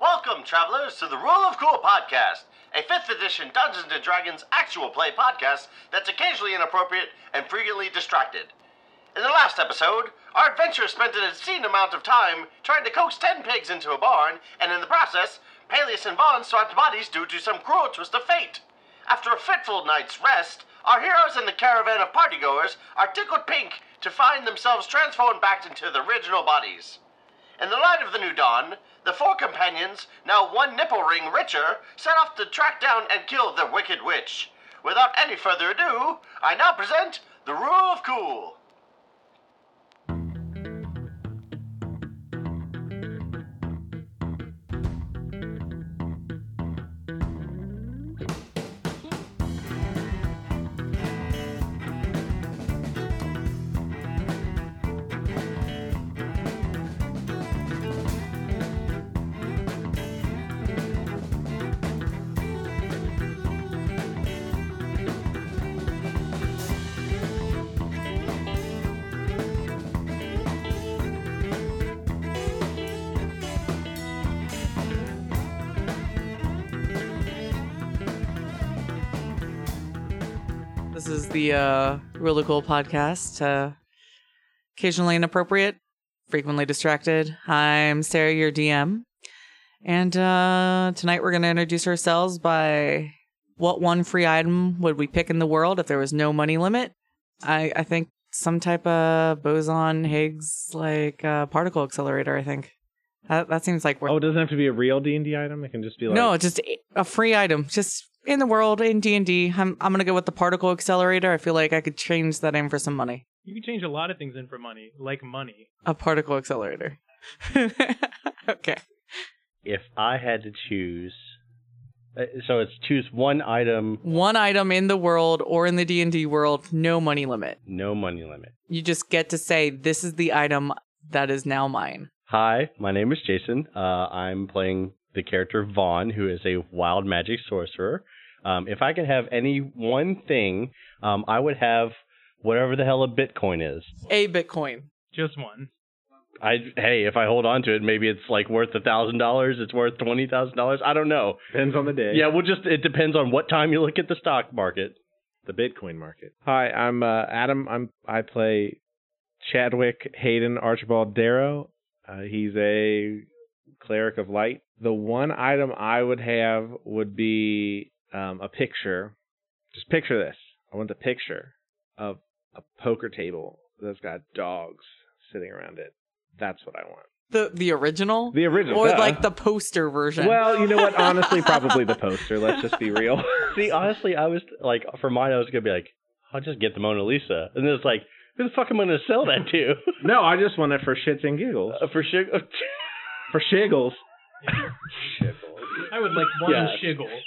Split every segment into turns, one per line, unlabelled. Welcome, travelers, to the Rule of Cool podcast, a 5th edition Dungeons & Dragons actual play podcast that's occasionally inappropriate and frequently distracted. In the last episode, our adventurers spent an obscene amount of time trying to coax 10 pigs into a barn, and in the process, Peleus and Vaughn swapped bodies due to some cruel twist of fate. After a fitful night's rest, our heroes and the caravan of partygoers are tickled pink to find themselves transformed back into their original bodies. In the light of the new dawn, the four companions, now one nipple ring richer, set off to track down and kill the wicked witch. Without any further ado, I now present the Rule of Cool.
This is the uh, really cool podcast. Uh, occasionally inappropriate, frequently distracted. I'm Sarah, your DM, and uh, tonight we're going to introduce ourselves by what one free item would we pick in the world if there was no money limit? I, I think some type of boson Higgs like uh, particle accelerator. I think that, that seems like we're
Oh, it doesn't have to be a real D and D item. It can just be like
no, just a free item, just in the world in D and D. I'm I'm gonna go with the particle accelerator. I feel like I could change that in for some money.
You can change a lot of things in for money, like money.
A particle accelerator. okay.
if I had to choose, uh, so it's choose one item,
One item in the world or in the D and D world, no money limit.
no money limit.
You just get to say this is the item that is now mine.
Hi, my name is Jason. Uh, I'm playing the character Vaughn, who is a wild magic sorcerer. Um, if I could have any one thing, um, I would have whatever the hell a Bitcoin is.
A Bitcoin.
Just one.
I hey, if I hold on to it, maybe it's like worth a thousand dollars. It's worth twenty thousand dollars. I don't know.
depends on the day.
Yeah, well, just it depends on what time you look at the stock market.
the Bitcoin market. Hi, I'm uh, Adam. I'm I play Chadwick Hayden Archibald Darrow. Uh, he's a cleric of light. The one item I would have would be um, a picture. Just picture this. I want the picture of a poker table that's got dogs sitting around it. That's what I want.
The the original.
The original.
or
duh.
like the poster version.
Well, you know what? Honestly, probably the poster. Let's just be real.
See, honestly, I was like, for mine, I was gonna be like, I'll just get the Mona Lisa, and then it's like, who the fuck am I gonna sell that to?
No, I just want it for shits and giggles.
Uh, for sure.
For shiggles.
I would like one
Yeah.
shiggle.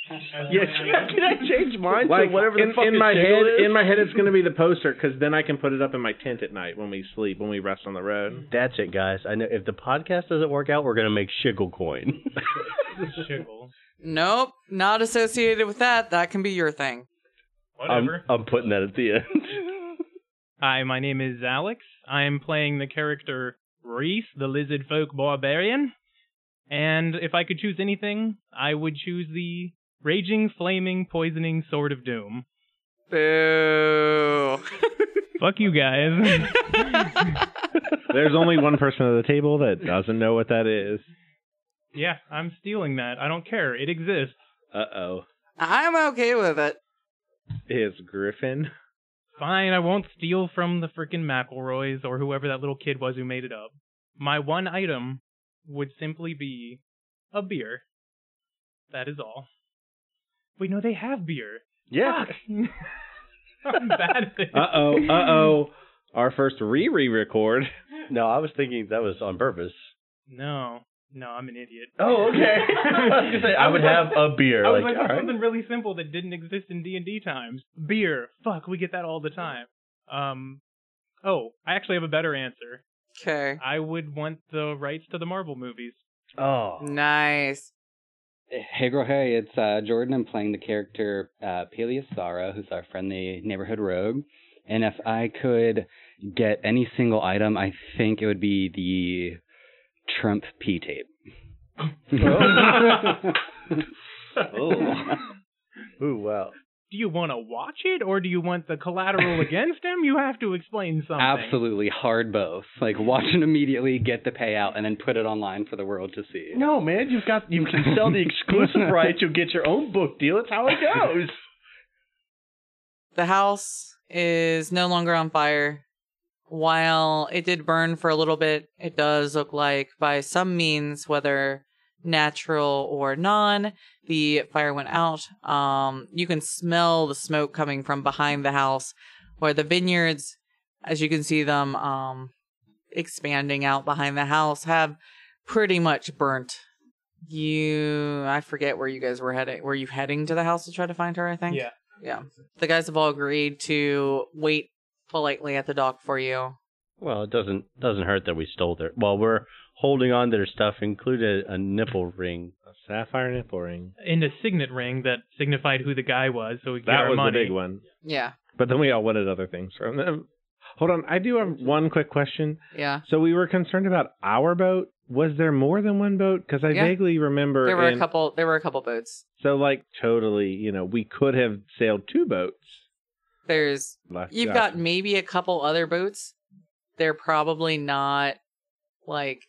yeah, can I change mine
Like
to whatever the
in,
fuck
in
a
my
jingle
head,
is?
in my head, it's gonna be the poster because then I can put it up in my tent at night when we sleep, when we rest on the road.
That's it, guys. I know if the podcast doesn't work out, we're gonna make Shiggle Coin.
shiggle.
nope, not associated with that. That can be your thing.
I'm,
Whatever.
I'm putting that at the end.
Hi, my name is Alex. I am playing the character Reese, the lizard folk barbarian. And if I could choose anything, I would choose the raging, flaming, poisoning sword of doom.
Boo.
Fuck you guys.
There's only one person at the table that doesn't know what that is.
yeah, I'm stealing that. I don't care. It exists.
Uh oh,
I'm okay with it.
is Griffin?
Fine, I won't steal from the frickin' McElroys or whoever that little kid was who made it up. My one item would simply be a beer. That is all. Wait, no, they have beer.
yeah.
Fuck. I'm bad at this.
Uh oh, uh oh. Our first re re record.
No, I was thinking that was on purpose.
No, no, I'm an idiot.
Oh, okay. I, was gonna say, I would have a beer.
I was
like,
like,
all
that's
right.
something really simple that didn't exist in D and D times. Beer. Fuck, we get that all the time. Um, oh, I actually have a better answer.
Okay.
I would want the rights to the Marvel movies.
Oh,
Nice.
Hey, girl, hey, it's uh, Jordan. I'm playing the character uh, Peleus Sara, who's our friendly neighborhood rogue. And if I could get any single item, I think it would be the Trump P tape.
Oh.
Oh. Ooh, wow.
Do you want to watch it or do you want the collateral against him? You have to explain something.
Absolutely hard both. Like watch it immediately, get the payout, and then put it online for the world to see.
No, man, you've got you can sell the exclusive rights. You'll get your own book deal. That's how it goes.
The house is no longer on fire. While it did burn for a little bit, it does look like, by some means, whether natural or non, the fire went out. Um, you can smell the smoke coming from behind the house, where the vineyards, as you can see them um, expanding out behind the house, have pretty much burnt. You, I forget where you guys were heading. Were you heading to the house to try to find her? I think.
Yeah.
Yeah. The guys have all agreed to wait politely at the dock for you.
Well, it doesn't doesn't hurt that we stole their. Well, we're holding on to their stuff, included a nipple ring.
A sapphire nipple ring.
And a signet ring that signified who the guy was, so we could get
That
our
was
money.
the big one.
Yeah.
But then we all wanted other things from them. Hold on, I do have one quick question.
Yeah.
So we were concerned about our boat. Was there more than one boat? Because I
Yeah.
vaguely remember.
There were a
in-
couple there were a couple boats.
So like totally, you know, we could have sailed two boats.
There's
Left
you've
Gotcha.
got maybe a couple other boats. They're probably not like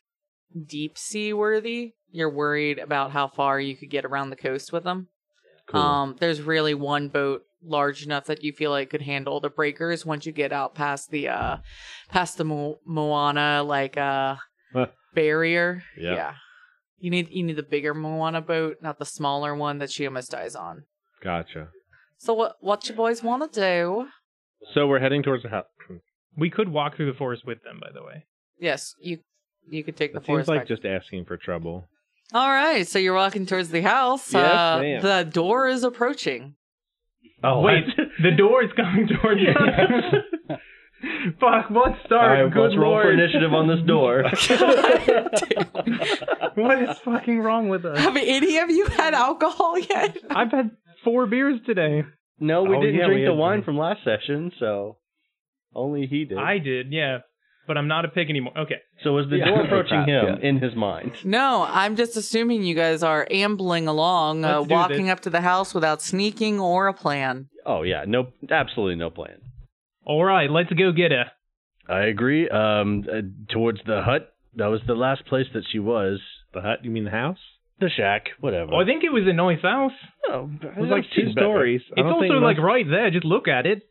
deep sea worthy. You're worried about how far you could get around the coast with them.
Cool.
Um, there's really one boat large enough that you feel like could handle the breakers once you get out past the uh past the Mo- Moana like uh
Huh.
barrier.
Yeah.
Yeah. You need you need the bigger Moana boat, not the smaller one that she almost dies on.
Gotcha.
So what what you boys want to do?
So we're heading towards the house.
We could walk through the forest with them, by the way.
Yes, you you could take the
It
forest
seems like
back.
just asking for trouble.
All right, so you're walking towards the house.
Yes,
uh,
ma'am.
the door is approaching.
Oh,
Wait, the door is coming towards us. Fuck, what start?
All right,
Good
let's roll
lord.
for initiative on this door.
What is fucking wrong with us?
Have any of you had alcohol yet?
I've had four beers today.
no, we
Oh,
didn't
yeah,
drink
we
the
had-
wine from last session, so only he did.
I did, yeah. But I'm not a pig anymore. Okay.
so was the
Yeah.
door
Oh,
approaching
crap,
him in his mind?
No, I'm just assuming you guys are ambling along, uh,
Let's do
walking
this.
up to the house without sneaking or a plan.
Oh yeah, no, absolutely no plan.
All right, let's go get her.
I agree. Um, uh, towards the hut. That was the last place that she was.
The hut? You mean the house?
The shack, whatever.
Oh, I think it was in Noise House.
Oh, it
It was like two stories. I
It's
don't
also
think
like
most-
right there. Just look at it.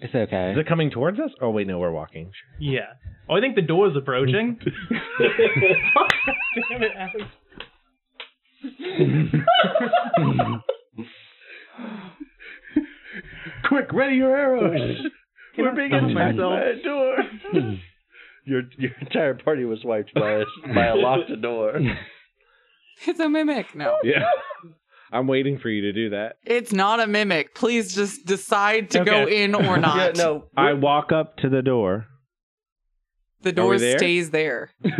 It's okay.
Is it coming towards us? Oh wait, no, we're walking.
Yeah. Oh, I think the door's approaching. Fuck. Damn it, Alex.
Quick, ready your arrows. We're being
Oh,
attacked
man.
by a door. your your entire party was wiped by a, by a locked door.
It's a mimic. No,
Yeah. I'm waiting for you to do that.
it's not a mimic. Please just decide to go
Okay.
in or
Yeah,
not.
no.
I walk up to the door.
The door
there?
stays there.
Good.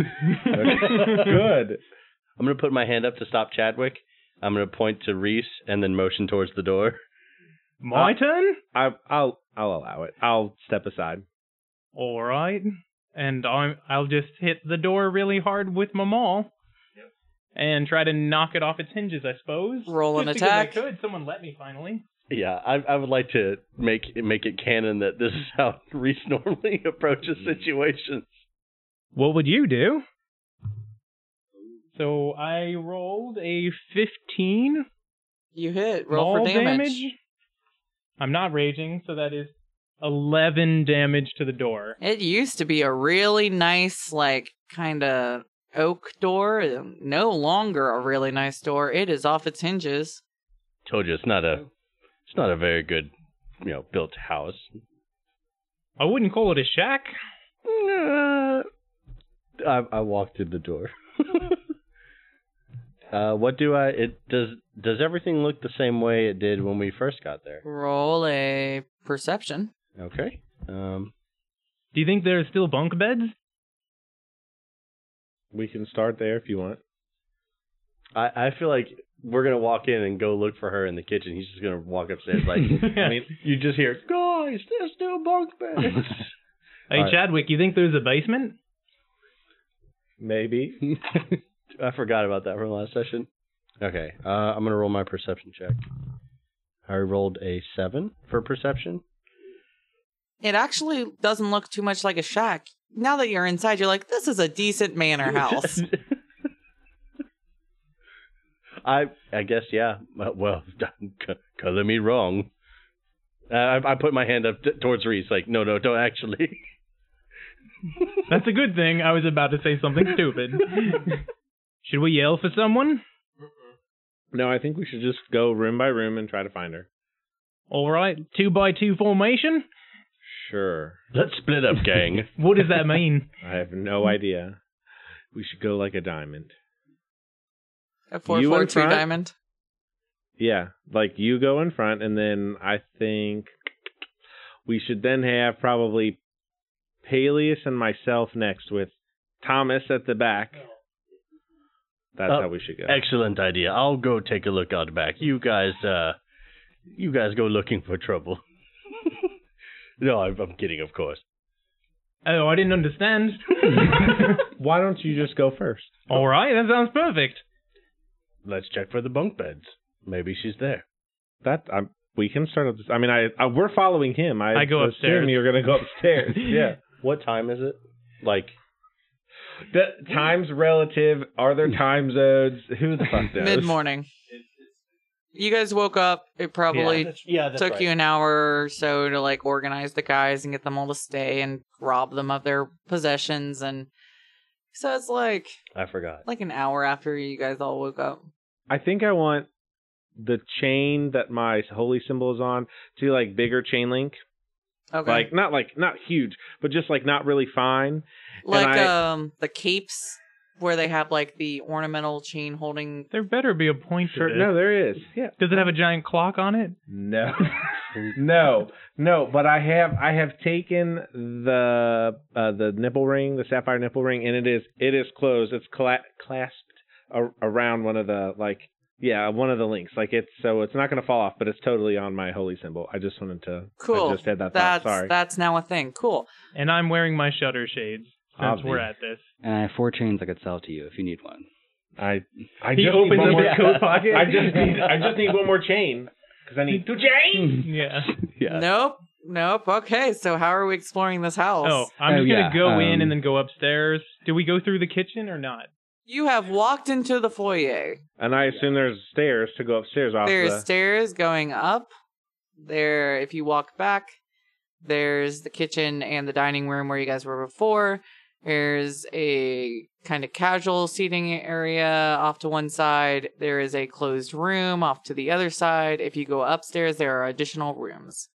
I'm gonna put my hand up to stop Chadwick. I'm gonna point to Reese and then motion towards the door.
My turn?
I, I'll I'll allow it. I'll step aside.
All right. And I'm, I'll just hit the door really hard with my maul. And try to knock it off its hinges, I suppose.
Roll an
Just because
attack.
I could. Someone let me finally.
Yeah, I, I would like to make make it canon that this is how Reese normally approaches
Mm.
situations.
What would you do? So I rolled a 15
You hit. Roll
maul
for damage.
I'm not raging, so that is 11 damage to the door.
It used to be a really nice, like, kind of oak door. No longer a really nice door. It is off its hinges.
Told you it's not a it's not a very good you know built house.
I wouldn't call it a shack.
Uh, I, I walked through the door. uh, what do I? It does. Does everything look the same way it did when we first got there?
Roll a perception.
Okay. Um.
Do you think there are still bunk beds?
We can start there if you want.
I I feel like we're gonna walk in and go look for her in the kitchen. He's just gonna walk upstairs like. I mean, you just hear, guys, there's no bunk beds.
Hey,
All right.
Chadwick, you think there's a basement?
Maybe.
I forgot about that from last session. Okay, uh, I'm gonna roll my perception check. I rolled a seven for perception.
It actually doesn't look too much like a shack. Now that you're inside, you're like, this is a decent manor house.
I I guess yeah. Uh, Well, c- color me wrong. Uh, I, I put my hand up t- towards Reese, like, no, no, don't actually.
That's a good thing. I was about to say something stupid. Should we yell for someone?
No, I think we should just go room by room and try to find her.
All right, two by two formation.
Sure.
Let's split up, gang.
What does that mean?
I have no
Hmm.
idea. We should go like a diamond.
a 442
front?
diamond.
Yeah, like you go in front, and then I think we should then have probably Peleus and myself next, with Thomas at the back. That's
Oh. Uh,
how we should go.
Excellent idea. I'll go take a look out back. You guys, uh, you guys go looking for trouble. no, I'm, I'm kidding, of course.
Oh, I didn't understand.
Why don't you just go first?
All right, that sounds perfect.
Let's check for the bunk beds. Maybe she's there.
That i we can start up. This, I mean, I, I we're following him. I,
I go
assume
upstairs.
You're gonna go upstairs. yeah.
What time is it? Like,
The times relative. Are there time zones? Who the fuck knows?
Mid morning. You guys woke up. It probably
yeah,
took you an hour or so to like organize the guys and get them all to stay and rob them of their possessions. And so it's like
I forgot.
like an hour after you guys all woke up.
I think I want the chain that my holy symbol is on to be like bigger chain link.
Okay.
Like not like not huge, but just like not really fine.
like
I-
um the capes where they have like the ornamental chain holding
There better be a point to
Sure.
this.
No, there is. Yeah.
Does it have a giant clock on it?
No. no. No, but I have I have taken the uh the nipple ring, the sapphire nipple ring and it is it is closed. It's cla- clasped a- around one of the like yeah, one of the links. Like it's so it's not going to fall off, but it's totally on my holy symbol. I just wanted to
cool.
I just had that
that's
thought. Sorry.
that's now a thing. Cool.
And I'm wearing my shutter shades since
Obvi.
we're at this.
And I have four chains I could sell to you if you need one.
I I
He
just
opens
need one
up
more
his coat
pocket. I just need I just need one more chain because I need two chains.
Yeah.
Yeah.
Nope. Nope. Okay. So how are we exploring this house?
Oh, I'm
Oh,
just
yeah,
gonna go in
um,
and then go upstairs. Do we go through the kitchen or not?
You have walked into the foyer.
And I assume there's stairs to go upstairs off
There's
the.
stairs going up. There, if you walk back, there's the kitchen and the dining room where you guys were before. There's a kind of casual seating area off to one side. There is a closed room off to the other side. If you go upstairs, there are additional rooms.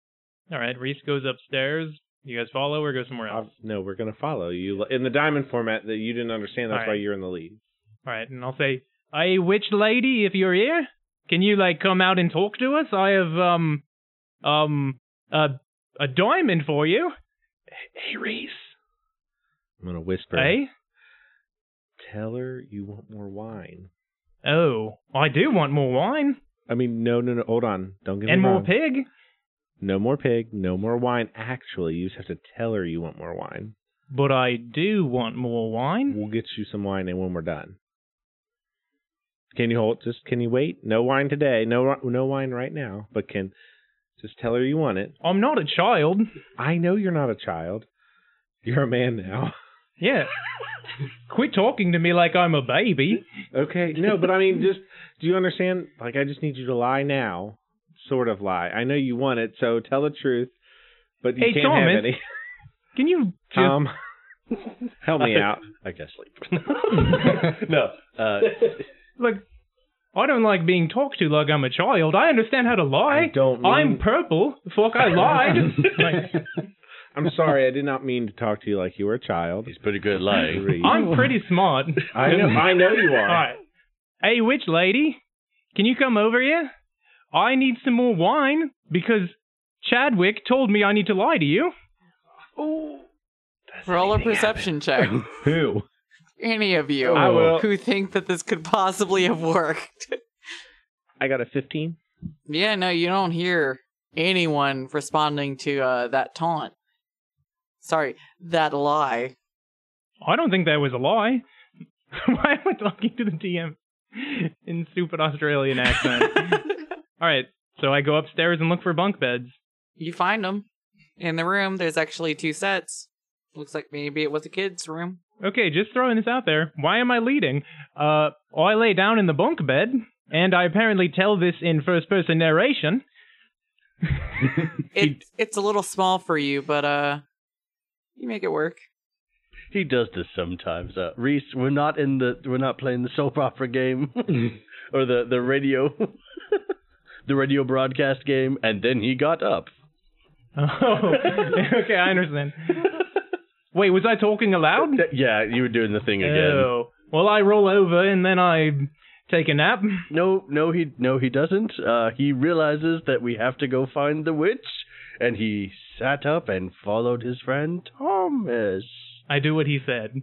All right, Reese goes upstairs. You guys follow or go somewhere else?
Ob- no, we're gonna follow you in the diamond format that you didn't understand. That's
All right.
why you're in the lead.
All right, and I'll say, "Hey, witch lady, if you're here, can you like come out and talk to us? I have um, um, a a diamond for you. Hey, Reese.
I'm gonna whisper.
Hey.
Tell her you want more wine.
Oh, I do want more wine
I mean, no, no, no. Hold on. Don't get
and
me
more
wrong.
pig.
No more pig. No more wine. Actually, you just have to tell her you want more wine.
But I do want more wine.
We'll get you some wine, and when we're done, can you hold? Just can you wait? No wine today. No, ri- no wine right now. But can just tell her you want it.
I'm not a child.
I know you're not a child. You're a man now.
Yeah. Quit talking to me like I'm a baby.
Okay. No, but I mean, just do you understand? Like, I just need you to lie now, sort of lie. I know you want it, so tell the truth. But you
Hey,
can't
Thomas.
have any.
Can you just
Tom, help me out.
I guess sleep. no. Uh,
Look, I don't like being talked to like I'm a child. I understand how to lie.
I don't mean.
I'm purple. Fuck, I lied. Like,
I'm sorry. I did not mean to talk to you like you were a child.
he's pretty good at lying.
I'm pretty smart.
I know. I know you
All
are.
right. Hey, witch lady, can you come over here? I need some more wine because Chadwick told me I need to lie to you.
Roll a perception check.
Who? Oh.
Any of you
I will.
who think that this could possibly have worked.
I got a 15.
Yeah, no, you don't hear anyone responding to uh, that taunt. Sorry, that lie.
I don't think that was a lie. Why am I talking to the DM in stupid Australian accent? All right, so I go upstairs and look for bunk beds.
you find them in the room. There's actually two sets. Looks like maybe it was a kid's room.
Okay, just throwing this out there. Why am I leading? Uh, I lay down in the bunk bed, and I apparently tell this in first person narration.
It, it's a little small for you, but uh, you make it work.
He does this sometimes. Uh, Reese, we're not in the we're not playing the soap opera game or the the radio the radio broadcast game and then he got up.
Oh, okay, I understand. Wait, was I talking aloud?
Uh, Yeah, you were doing the thing again.
Oh. Well, I roll over and then I take a nap.
No, no he no he doesn't. Uh he realizes that we have to go find the witch and he sat up and followed his friend Thomas.
I do what he said.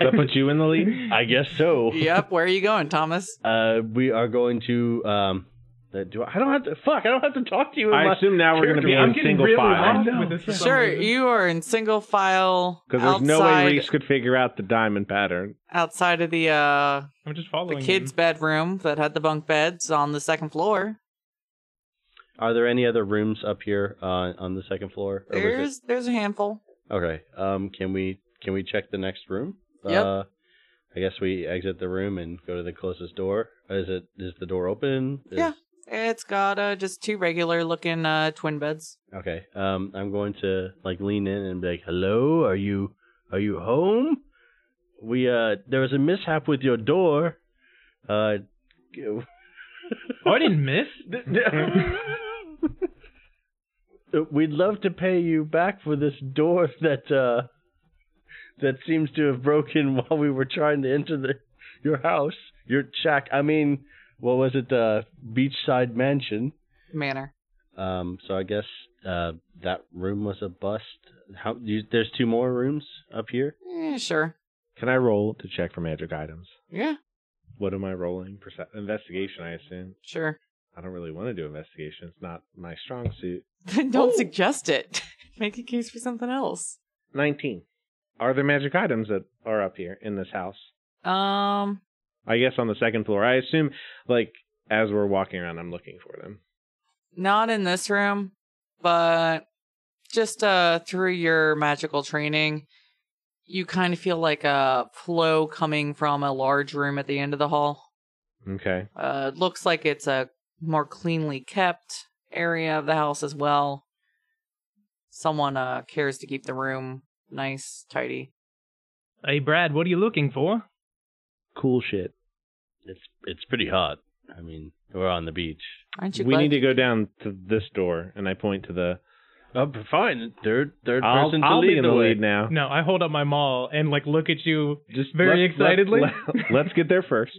That puts you in the lead.
I guess so.
yep. Where are you going, Thomas?
Uh we are going to um uh, do I, I don't have to fuck, I don't have to talk to you in
I
my-
assume now we're going to be
I'm
in
getting
single
really
file
lost.
With this for some
Sure,
reason.
you are in single file
because there's
outside
no way Reese could figure out the diamond pattern.
outside of the uh
I'm just
the
following
kids'
him.
bedroom that had the bunk beds on the second floor.
Are there any other rooms up here uh, on the second floor? Or was it-
There's there's a handful.
okay. Um, can we can we check the next room?
Yep.
Uh, I guess we exit the room and go to the closest door. Is it is the door open? Is-
Yeah. It's got uh, just two regular looking uh twin beds.
Okay. Um, I'm going to like lean in and be like, "Hello, are you are you home? We uh, there was a mishap with your door. Uh, g-
Oh, I didn't miss.
We'd love to pay you back for this door that uh that seems to have broken while we were trying to enter the your house, your shack. I mean, what was it? Uh, beachside mansion.
Manor.
Um, so I guess uh that room was a bust. How? You, there's two more rooms up here.
Eh, sure.
Can I roll to check for magic items?
Yeah,
What am I rolling? Perce- investigation, I assume.
sure.
I don't really want to do investigation. It's not my strong suit.
Then don't suggest it. Make a case for something else.
19. Are there magic items that are up here in this house?
Um,
I guess on the second floor. I assume, like, as we're walking around, I'm looking for them.
not in this room, but just uh through your magical training, you kind of feel like a flow coming from a large room at the end of the hall.
Okay.
Uh, it looks like it's a more cleanly kept area of the house as well. Someone uh, cares to keep the room nice, tidy.
Hey, Brad, what are you looking for?
Cool shit.
It's it's pretty hot. I mean, we're on the beach.
Aren't you?
We
glad-
need to go down to this door, and I point to the.
Oh, fine. Third third
I'll,
person
I'll
to lead
be in the
way.
lead now.
No, I hold up my maul and like look at you.
Just
Very
let's- let's-
excitedly.
let- Let's get there first.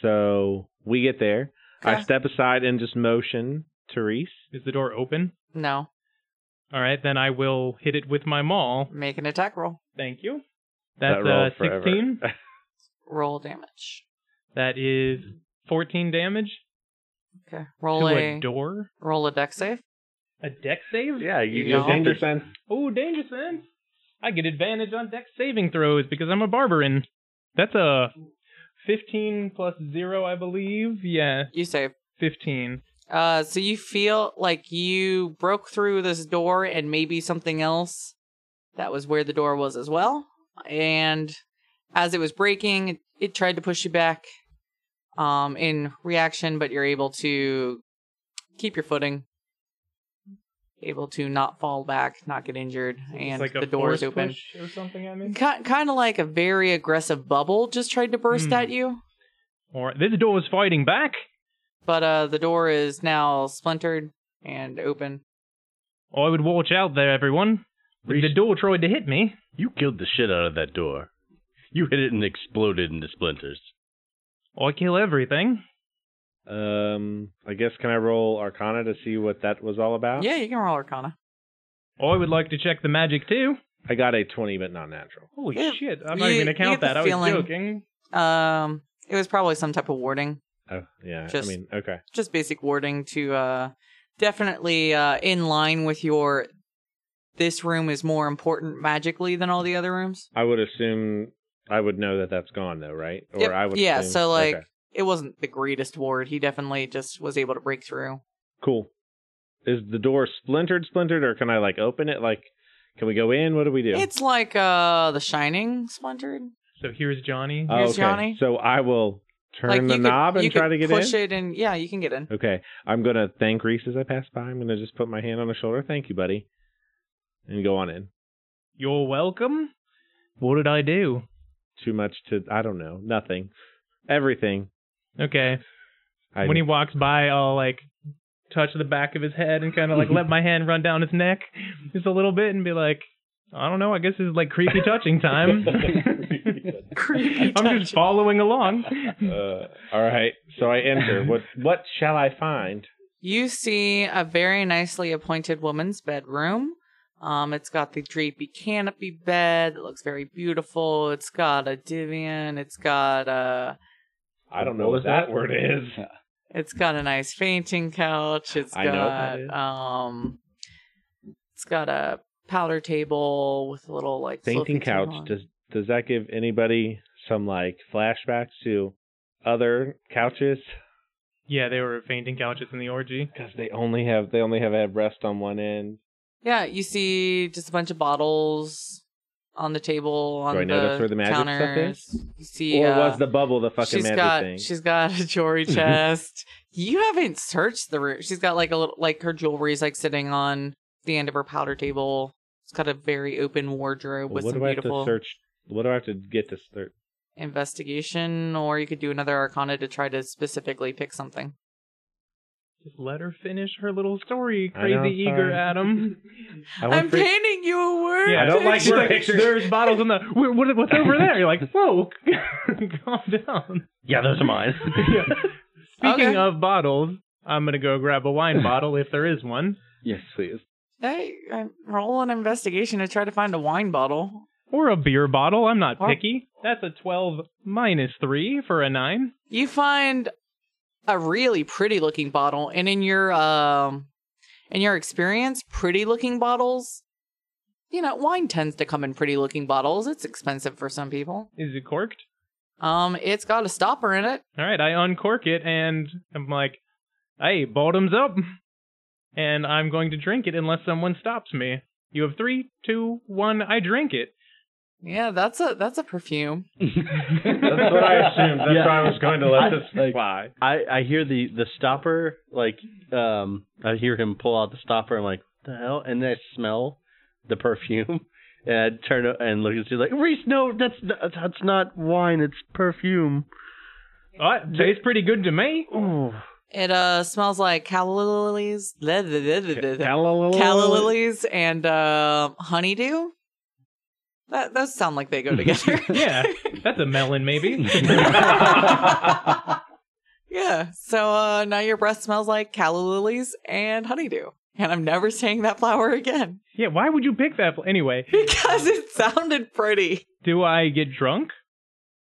So we get there. I
Okay.
step aside and just motion to Reese.
Is the door open?
no,
All right, then I will hit it with my maul.
make an attack roll.
Thank you.
That
That's
rolled
uh,
forever.
16.
Roll damage.
That is 14 damage
Okay.
to
Roll
a
a
door.
roll a deck save.
A deck save?
Yeah, you
Yeah.
just danger sense.
Oh, danger sense. I get advantage on deck saving throws because I'm a barbarin. That's a 15 plus 0, I believe. Yeah,
You save.
15.
Uh, so you feel like you broke through this door and maybe something else that was where the door was as well. And as it was breaking, it, it tried to push you back um, in reaction, but you're able to keep your footing, able to not fall back, not get injured, and
it's like
the
a
door is
force
open.
push or something. I mean,
Kind of like a very aggressive bubble just tried to burst
Hmm.
at you,
or this door is fighting back.
but uh, the door is now splintered and open.
I would watch out there, everyone.
Reese-
The door tried to hit me.
You killed the shit out of that door. You hit it and exploded into splinters.
I kill everything.
Um, I guess can I roll Arcana to see what that was all about?
Yeah, you can roll Arcana.
I would like to check the magic too.
I got a twenty, but not natural.
Holy
Yeah,
shit! I'm not
you-
even gonna
you
count
get the
that. I
feeling.
was joking.
Um, it was probably some type of warding,
Oh, yeah.
Just-
I mean, okay.
just basic warding to uh, definitely uh, in line with your. This room is more important magically than all the other rooms.
I would assume I would know that that's gone though, right? Or
Yep.
I would.
yeah,
assume-
so like
okay.
it wasn't the greatest ward. He definitely just was able to break through.
cool. Is the door splintered, splintered, or can I like open it? Like, can we go in? What do we do?
It's like uh the shining splintered.
So here's Johnny.
Oh,
here's
okay.
Johnny.
So I will turn
like
the
you could-
knob
you
and try
could
to get
push
in.
it and yeah, you can get in.
Okay, I'm gonna thank Reese as I pass by. I'm gonna just put my hand on his shoulder. Thank you, buddy, and go on in.
You're welcome. What did I do?
Too much to I don't know nothing, everything.
Okay.
I,
When he walks by, I'll like touch the back of his head and kind of like let my hand run down his neck just a little bit and be like, I don't know. I guess it's like creepy touching time.
Creepy
I'm just following along.
Uh, all right, so I enter. What what shall I find?
You see a very nicely appointed woman's bedroom. Um, it's got the drapey canopy bed. It looks very beautiful. It's got a divan. It's got a.
I don't know what,
What was
that,
that?
word is.
It's got a nice fainting couch. It's
I know what that is.
got um. It's got a powder table with a little like
Fainting
fluffy table
couch.
on it.
Does does that give anybody some like flashbacks to other couches?
yeah, they were fainting couches in the orgy.
Because they only have they only have a rest on one end.
Yeah, you see just a bunch of bottles on the table on
I
the
notice where the magic stuff
counters.
is?
You see,
Or
uh,
was the bubble the fucking
She's
magic
got
thing?
she's got a jewelry chest. you haven't searched the room. She's got like a little like her jewelry's like sitting on the end of her powder table. It's got a very open wardrobe
Well,
with
what
some
do I have to
beautiful
search? What do I have to get to search?
investigation, or you could do another arcana to try to specifically pick something.
Just let her finish her little story,
I know,
crazy eager
sorry.
Adam.
I want
I'm
free-
painting you a word.
Yeah,
I don't like
she's
your
like,
pictures.
There's bottles in the. What, what- what's over there? You're like, whoa, calm down.
Yeah, those are mine.
Yeah. Speaking
Okay.
of bottles, I'm gonna go grab a wine bottle if there is one,
Yes, please.
Hey, I'm- roll an investigation to try to find a wine bottle.
or a beer bottle. I'm not
Or-
picky. That's a 12 minus three for a nine.
You find a really pretty looking bottle, and in your um, in your experience, pretty looking bottles, you know, wine tends to come in pretty looking bottles. It's expensive for some people.
Is it corked?
Um, it's got a stopper in it.
All right, I uncork it and I'm like, hey, bottoms up, and I'm going to drink it unless someone stops me. You have three, two, one. I drink it.
Yeah, that's a that's a perfume.
That's what I assumed. That's
Yeah.
why I was going to let
I-
this
like-
fly.
I, I hear the, the stopper, like, um, I hear him pull out the stopper. I'm like, what the hell? And then I smell the perfume. And I turn o- and look and she's like, Reese, no, that's not, that's not wine. It's perfume.
Oh, it tastes pretty good to me.
Ooh.
It uh smells like calla lilies, la- la- la- la- la- la- calla
Calla
lilies, and uh, honeydew. That those sound like they go together.
Yeah, that's a melon, maybe.
Yeah. So uh, now your breath smells like calla lilies and honeydew. And I'm never saying that flower again
yeah, why would you pick that? pl- Anyway,
because it sounded pretty.
do I get drunk?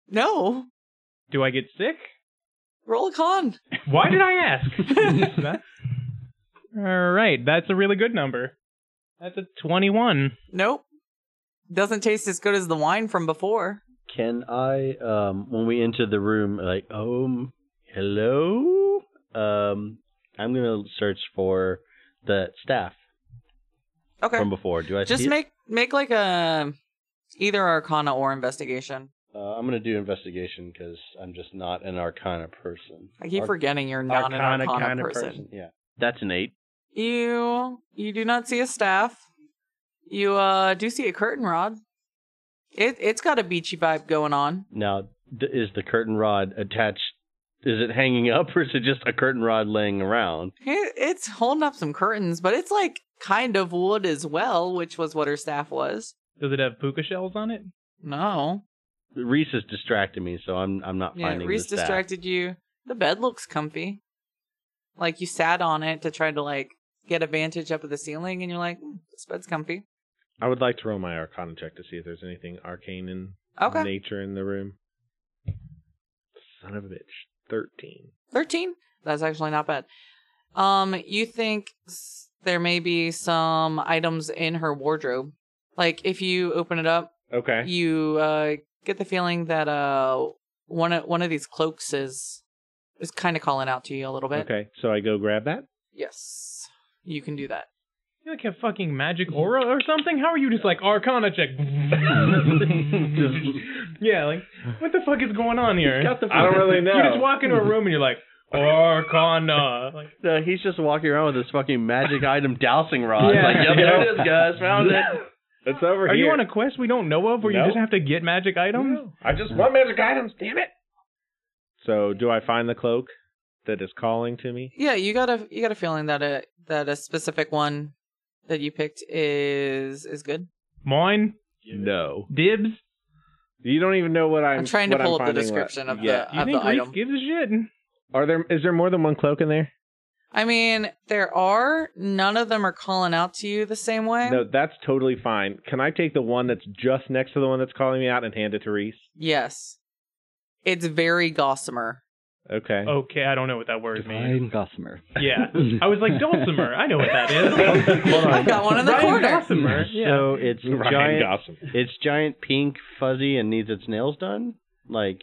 No.
Do I get sick?
Roll a con.
Why did I ask? All right, that's a really good number. That's a 21.
Nope. Doesn't taste as good as the wine from before.
Can I, um, when we enter the room, like, um, hello? Um, I'm going to search for the staff
Okay.
from before. Do I
Just
see it?
make make like a either arcana or investigation.
Uh, I'm gonna do investigation because I'm just not an Arcana person.
I keep
Arc-
forgetting you're not an
Arcana
arcana
kinda
person.
Yeah, that's an eight.
You you do not see a staff. You uh do see a curtain rod. It it's got a beachy vibe going on.
Now, d- is the curtain rod attached? Is it hanging up, or is it just a curtain rod laying around?
It, it's holding up some curtains, but it's like kind of wood as well, which was what her staff was.
Does it have puka shells on it?
No.
Reese is distracting me, so I'm I'm not
Yeah,
finding
Reese
the staff.
distracted you. The bed looks comfy. Like you sat on it to try to like get a vantage up of the ceiling, and you're like, "Hmm, this bed's comfy.
I would like to roll my Arcana check to see if there's anything arcane in
Okay.
nature in the room. Son of a bitch. Thirteen.
13 that's actually not bad um you think s- there may be some items in her wardrobe like if you open it up
Okay.
you uh get the feeling that uh one of one of these cloaks is is kind of calling out to you a little bit.
Okay, so I go grab that.
Yes, you can do that.
You like have fucking magic aura or something? How are you just like Arcana check? yeah, like what the fuck is going on here?
I don't really know.
You just walk into a room and you're like Arcana. Like,
No, uh, he's just walking around with this fucking magic item dousing rod.
Yeah.
Like, yep, there it is, guys. Found it.
It's over
are
here.
you on a quest we don't know of where
No.
you just have to get magic items?
I just want magic items. Damn it. So do I find the cloak that is calling to me?
Yeah, you got a you got a feeling that a that a specific one that you picked is is good.
Mine?
No.
Dibs?
You don't even know what I'm.
I'm, trying to
what
pull up
I'm
the
finding left.
description of
Yeah.
the
You
of
think
the
Reese
item.
gives a shit?
Are there? Is there more than one cloak in there?
I mean, there are none of them are calling out to you the same way.
No, that's totally fine. Can I take the one that's just next to the one that's calling me out and hand it to Reese?
Yes, it's very gossamer.
Okay.
Okay, I don't know what that word means.
Divine Gossamer.
Yeah. I was like Dulcimer. I know what that is.
Hold
I've
on.
got one in the
Ryan
corner.
Gossamer. Yeah.
So it's
Ryan
giant.
Gosling.
It's giant, pink, fuzzy, and needs its nails done. Like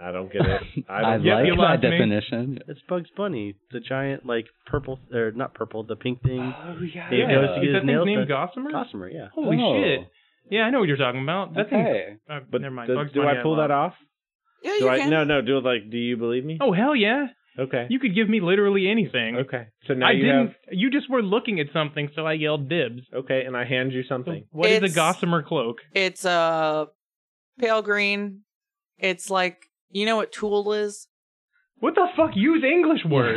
I don't get it. I
I
don't.
Yeah,
like
you
that
lost me.
definition.
it's Bugs Bunny, the giant, like purple or not purple, the pink thing.
oh yeah.
It goes to
Is
get his
that
nails
thing's name
done.
Gossamer?
Gossamer, yeah.
Holy
Oh,
shit. Yeah, I know what you're talking about. That thing's-
Okay.
uh,
But
never mind.
does-
Bugs
do
Bunny
I pull that off?
love.
Yeah,
Do
you
I?
can.
No, no. Do like? Do you believe me?
Oh hell yeah!
Okay.
You could give me literally anything.
okay. So now
I
you
didn't. You just were looking at something, so I yelled dibs.
have. Okay, and I hand you something.
What is
It's-
a gossamer cloak?
It's uh, pale green. It's like you know what tulle is.
What the fuck? Use English words.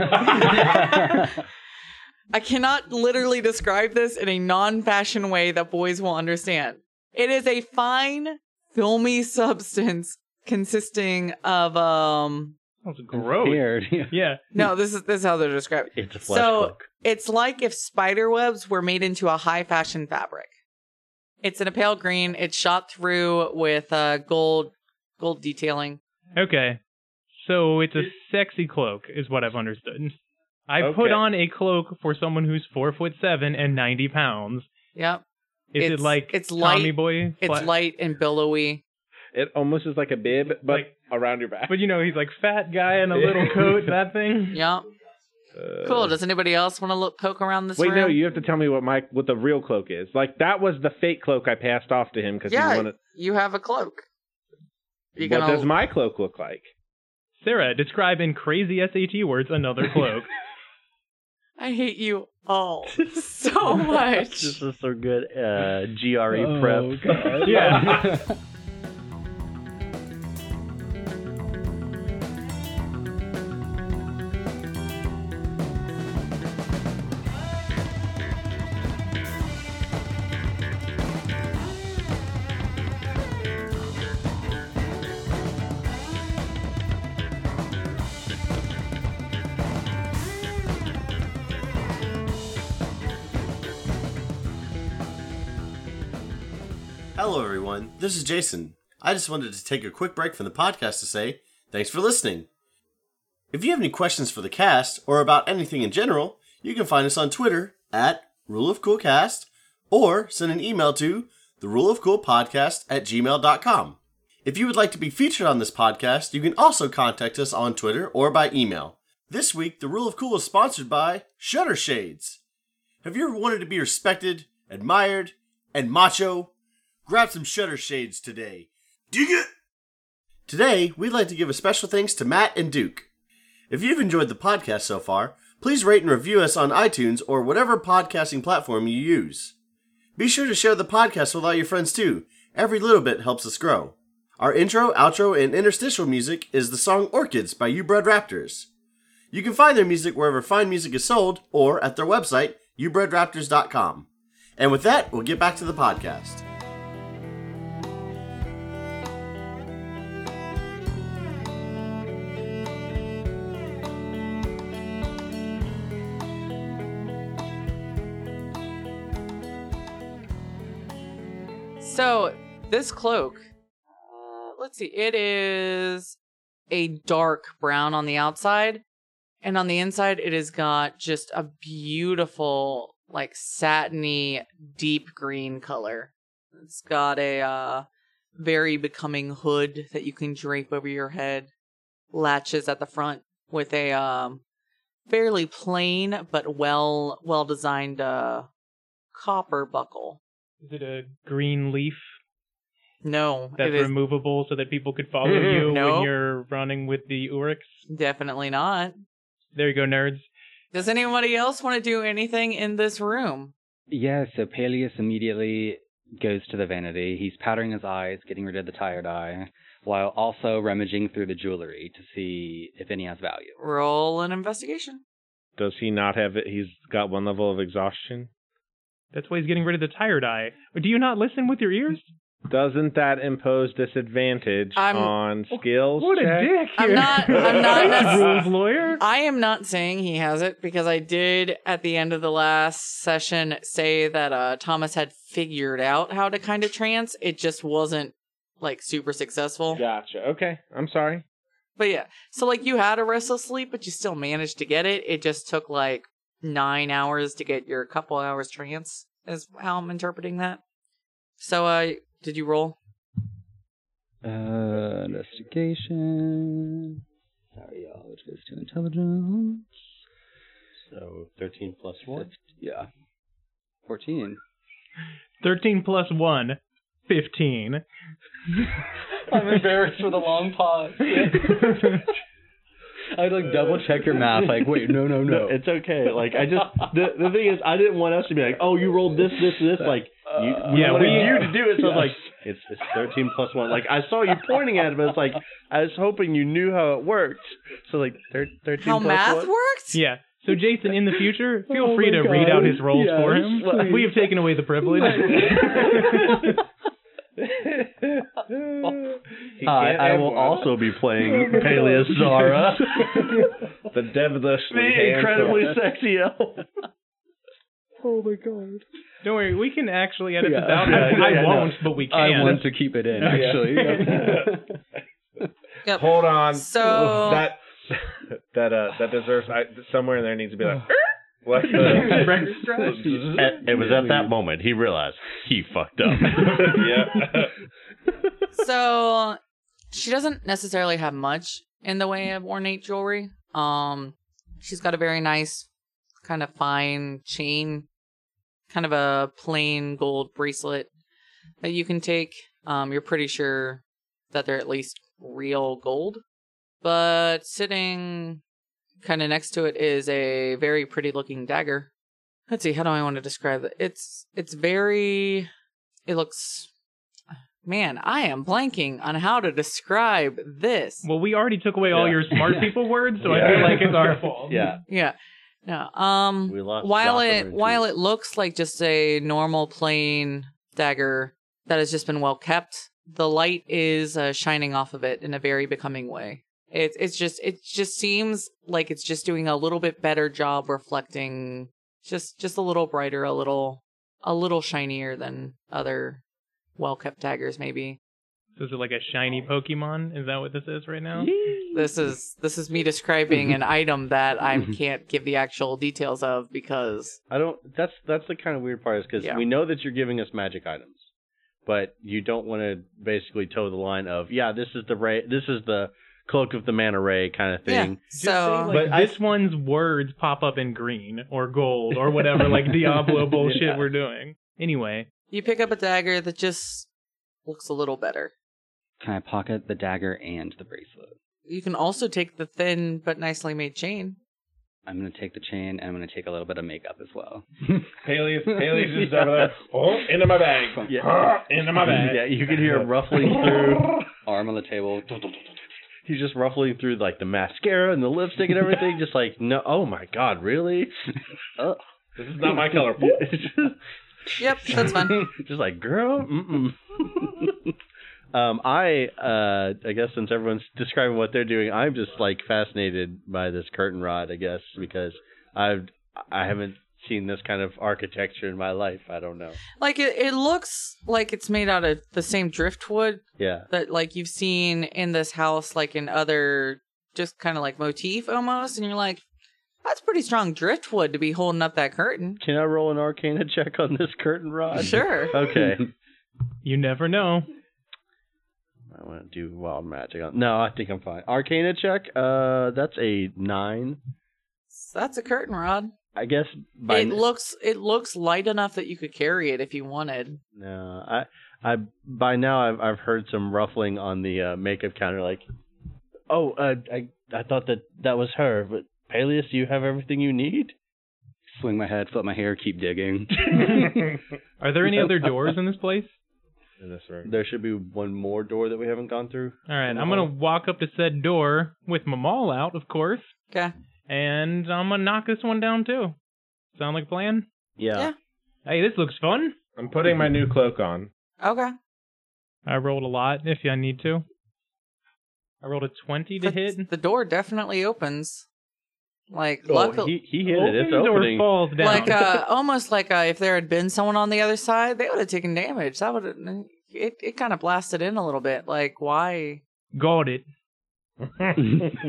I cannot literally describe this in a non-fashion way that boys will understand. It is a fine, filmy substance consisting of um.
Sounds
I'm
gross.
scared.
Yeah.
No, this is this is how they're described.
It's a flesh
So-
cloak.
It's like if spider webs were made into a high fashion fabric. It's in a pale green. It's shot through with uh, gold gold detailing.
Okay. So it's a sexy cloak, is what I've understood. I put
Okay.
on a cloak for someone who's four foot seven and ninety pounds.
Yep.
Is
It's-
it like
it's
Tommy
light.
Boy?
It's
But-
light and billowy.
It almost is like a bib, but
Oh. Like-
around your back.
But you know, he's like fat guy in a little coat. That thing.
Yep.
Uh,
Cool. Does anybody else want to look poke around this
Wait,
room?
no, you have to tell me what my what the real cloak is. Like that was the fake cloak I passed off to him because
Yeah.
he wanted.
You have a cloak. You
what
gonna
does my cloak look like?
Sarah, describe in crazy SAT words another cloak.
I hate you all so much.
this is so good. Uh, GRE
Oh,
prep.
God.
Yeah.
Hello, everyone. This is Jason. I just wanted to take a quick break from the podcast to say thanks for listening. If you have any questions for the cast or about anything in general, you can find us on Twitter at Rule of Cool Cast or send an email to the Rule of Cool Podcast at gmail.com. If you would like to be featured on this podcast, you can also contact us on Twitter or by email. This week, the Rule of Cool is sponsored by Shutter Shades. Have you ever wanted to be respected, admired, and macho? Grab some shutter shades today. Dig it! Today, we'd like to give a special thanks to Matt and Duke. If you've enjoyed the podcast so far, please rate and review us on iTunes or whatever podcasting platform you use. Be sure to share the podcast with all your friends too. Every little bit helps us grow. Our intro, outro, and interstitial music is the song Orchids by You Bred Raptors. You can find their music wherever fine music is sold or at their website, youbredraptors.com. And with that, we'll get back to the podcast.
So this cloak, uh, let's see, it is a dark brown on the outside, and on the inside it has got just a beautiful, like satiny, deep green color. It's got a uh, very becoming hood that you can drape over your head, latches at the front with a um, fairly plain but well well designed uh, copper buckle.
Is it a green leaf
No,
that's
it is Mm-hmm.
removable so that people could follow you
No.
when you're running with the Uryx?
definitely not.
There you go, nerds.
Does anybody else want to do anything in this room?
Yeah, so Peleus immediately goes to the vanity. He's powdering his eyes, getting rid of the tired eye, while also rummaging through the jewelry to see if any has value.
Roll an investigation.
Does he not have it? He's got one level of exhaustion.
That's why he's getting rid of the tired eye. Do you not listen with your ears?
Doesn't that impose disadvantage
I'm-
on skills?
What a
check?
dick!
I'm
you-
not- I'm not
Thanks,
necess-
rules lawyer.
I am not saying he has it because I did at the end of the last session say that uh, Thomas had figured out how to kind of trance. It just wasn't like super successful.
Gotcha. Okay. I'm sorry.
But yeah, so like you had a restless sleep, but you still managed to get it. It just took like nine hours to get your couple hours trance, is how I'm interpreting that. So, uh, did you roll?
Uh, investigation. Sorry, y'all, which goes to intelligence.
So 13 plus 1.
Yeah. 14.
Thirteen plus one. Fifteen.
I'm embarrassed with a long pause. I'd like double check your math. Like, wait, no, no, no.
it's okay. Like I just the the thing is I didn't want us to be like, oh, you rolled this, this, this. Like you, Uh, we
Yeah,
wanted
we-
you to do it. So I was
Yeah.
like it's it's thirteen plus one. Like I saw you pointing at it, but it's like I was hoping you knew how it worked. So like thir- thirteen
How
plus
math
one.
worked?
Yeah. So Jason, in the future, feel
Oh
free
my
to read
God.
out his roles
Yes,
for him.
please.
We have taken away the privilege.
He
Hi,
can't
Uh, I
have
will
one.
also be playing Peleus Zara,
the devilishly
the incredibly
handsome-
sexy elf.
oh my god.
Don't worry, we can actually edit
Yeah.
this out.
Yeah,
I, I
yeah, no.
won't, but we can.
I want to keep it in, actually.
Yep.
Hold on.
So-
that that uh that deserves I, somewhere in there needs to be like. What
And it was at that moment he realized he fucked up.
yeah.
so she doesn't necessarily have much in the way of ornate jewelry. Um, she's got a very nice, kind of fine chain, kind of a plain gold bracelet that you can take. Um, you're pretty sure that they're at least real gold, but sitting kind of next to it is a very pretty looking dagger. Let's see, how do I want to describe it? It's it's very, it looks Man, I am blanking on how to describe this.
Well, we already took away all
Yeah.
your smart people words, so
Yeah.
I feel like it's our fault.
Yeah.
yeah. No. Um
We lost
while
Jotham
it
and
while
Juice.
it looks like just a normal plain dagger that has just been well kept, the light is uh, shining off of it in a very becoming way. It's it's just it just seems like it's just doing a little bit better job reflecting just just a little brighter, a little a little shinier than other well kept daggers maybe.
So is it like a shiny Pokemon? Is that what this is right now?
this is this is me describing an item that I
Mhm.
can't give the actual details of because
I don't. That's that's the kind of weird part is because
Yeah.
we know that you're giving us magic items, but you don't want to basically toe the line of yeah, this is the ray, this is the cloak of the manta ray kind of
yeah.
thing.
Just say,
So
like,
But I-
this one's words pop up in green or gold or whatever, like Diablo bullshit
Yeah.
we're doing. Anyway,
you pick up a dagger that just looks a little better.
Can I pocket the dagger and the bracelet?
You can also take the thin but nicely made chain.
I'm going to take the chain and I'm going to take a little bit of makeup as well.
Haley's Haley's just over there. Oh, into my bag.
Yeah.
into my bag.
Yeah, you can hear him ruffling through.
Arm on the table.
He's just ruffling through like the mascara and the lipstick and everything. just like no, oh my god, really?
Uh.
This is not my color.
Yep, that's fun.
Just like, girl, mm-mm. um, I, uh, I guess since everyone's describing what they're doing, I'm just like fascinated by this curtain rod, I guess, because I've, I haven't seen this kind of architecture in my life. I don't know.
Like it, it looks like it's made out of the same driftwood
Yeah.
that like you've seen in this house, like in other just kind of like motif almost, and you're like, that's pretty strong driftwood to be holding up that curtain. Uh,
Can I roll an arcana check on this curtain rod?
Sure.
Okay.
you never know.
I want to do wild magic. No, I think I'm fine. Arcana check. Uh, that's a nine.
That's a curtain rod.
I guess by
it looks it looks light enough that you could carry it if you wanted.
no, I I by now I've I've heard some ruffling on the uh, makeup counter. Like, oh, uh, I I thought that that was her, but Peleus, you have everything you need.
Swing my head, flip my hair, keep digging.
Are there any other doors in this place?
in this room.
There should be one more door that we haven't gone through.
All right, I'm gonna walk up to said door with my maul out, of course,
Okay.
and I'm gonna knock this one down too. Sound like a plan?
Yeah.
Yeah.
Hey, this looks fun.
I'm putting my new cloak on.
Okay.
I rolled a lot if I need to. I rolled a 20
The,
to hit.
the door definitely opens. Like
Oh,
luckily
he he hit it. It's
Opens or
opening.
falls down.
like uh almost like uh if there had been someone on the other side, they would have taken damage. That would it it kind of blasted in a little bit. Like why?
Got it.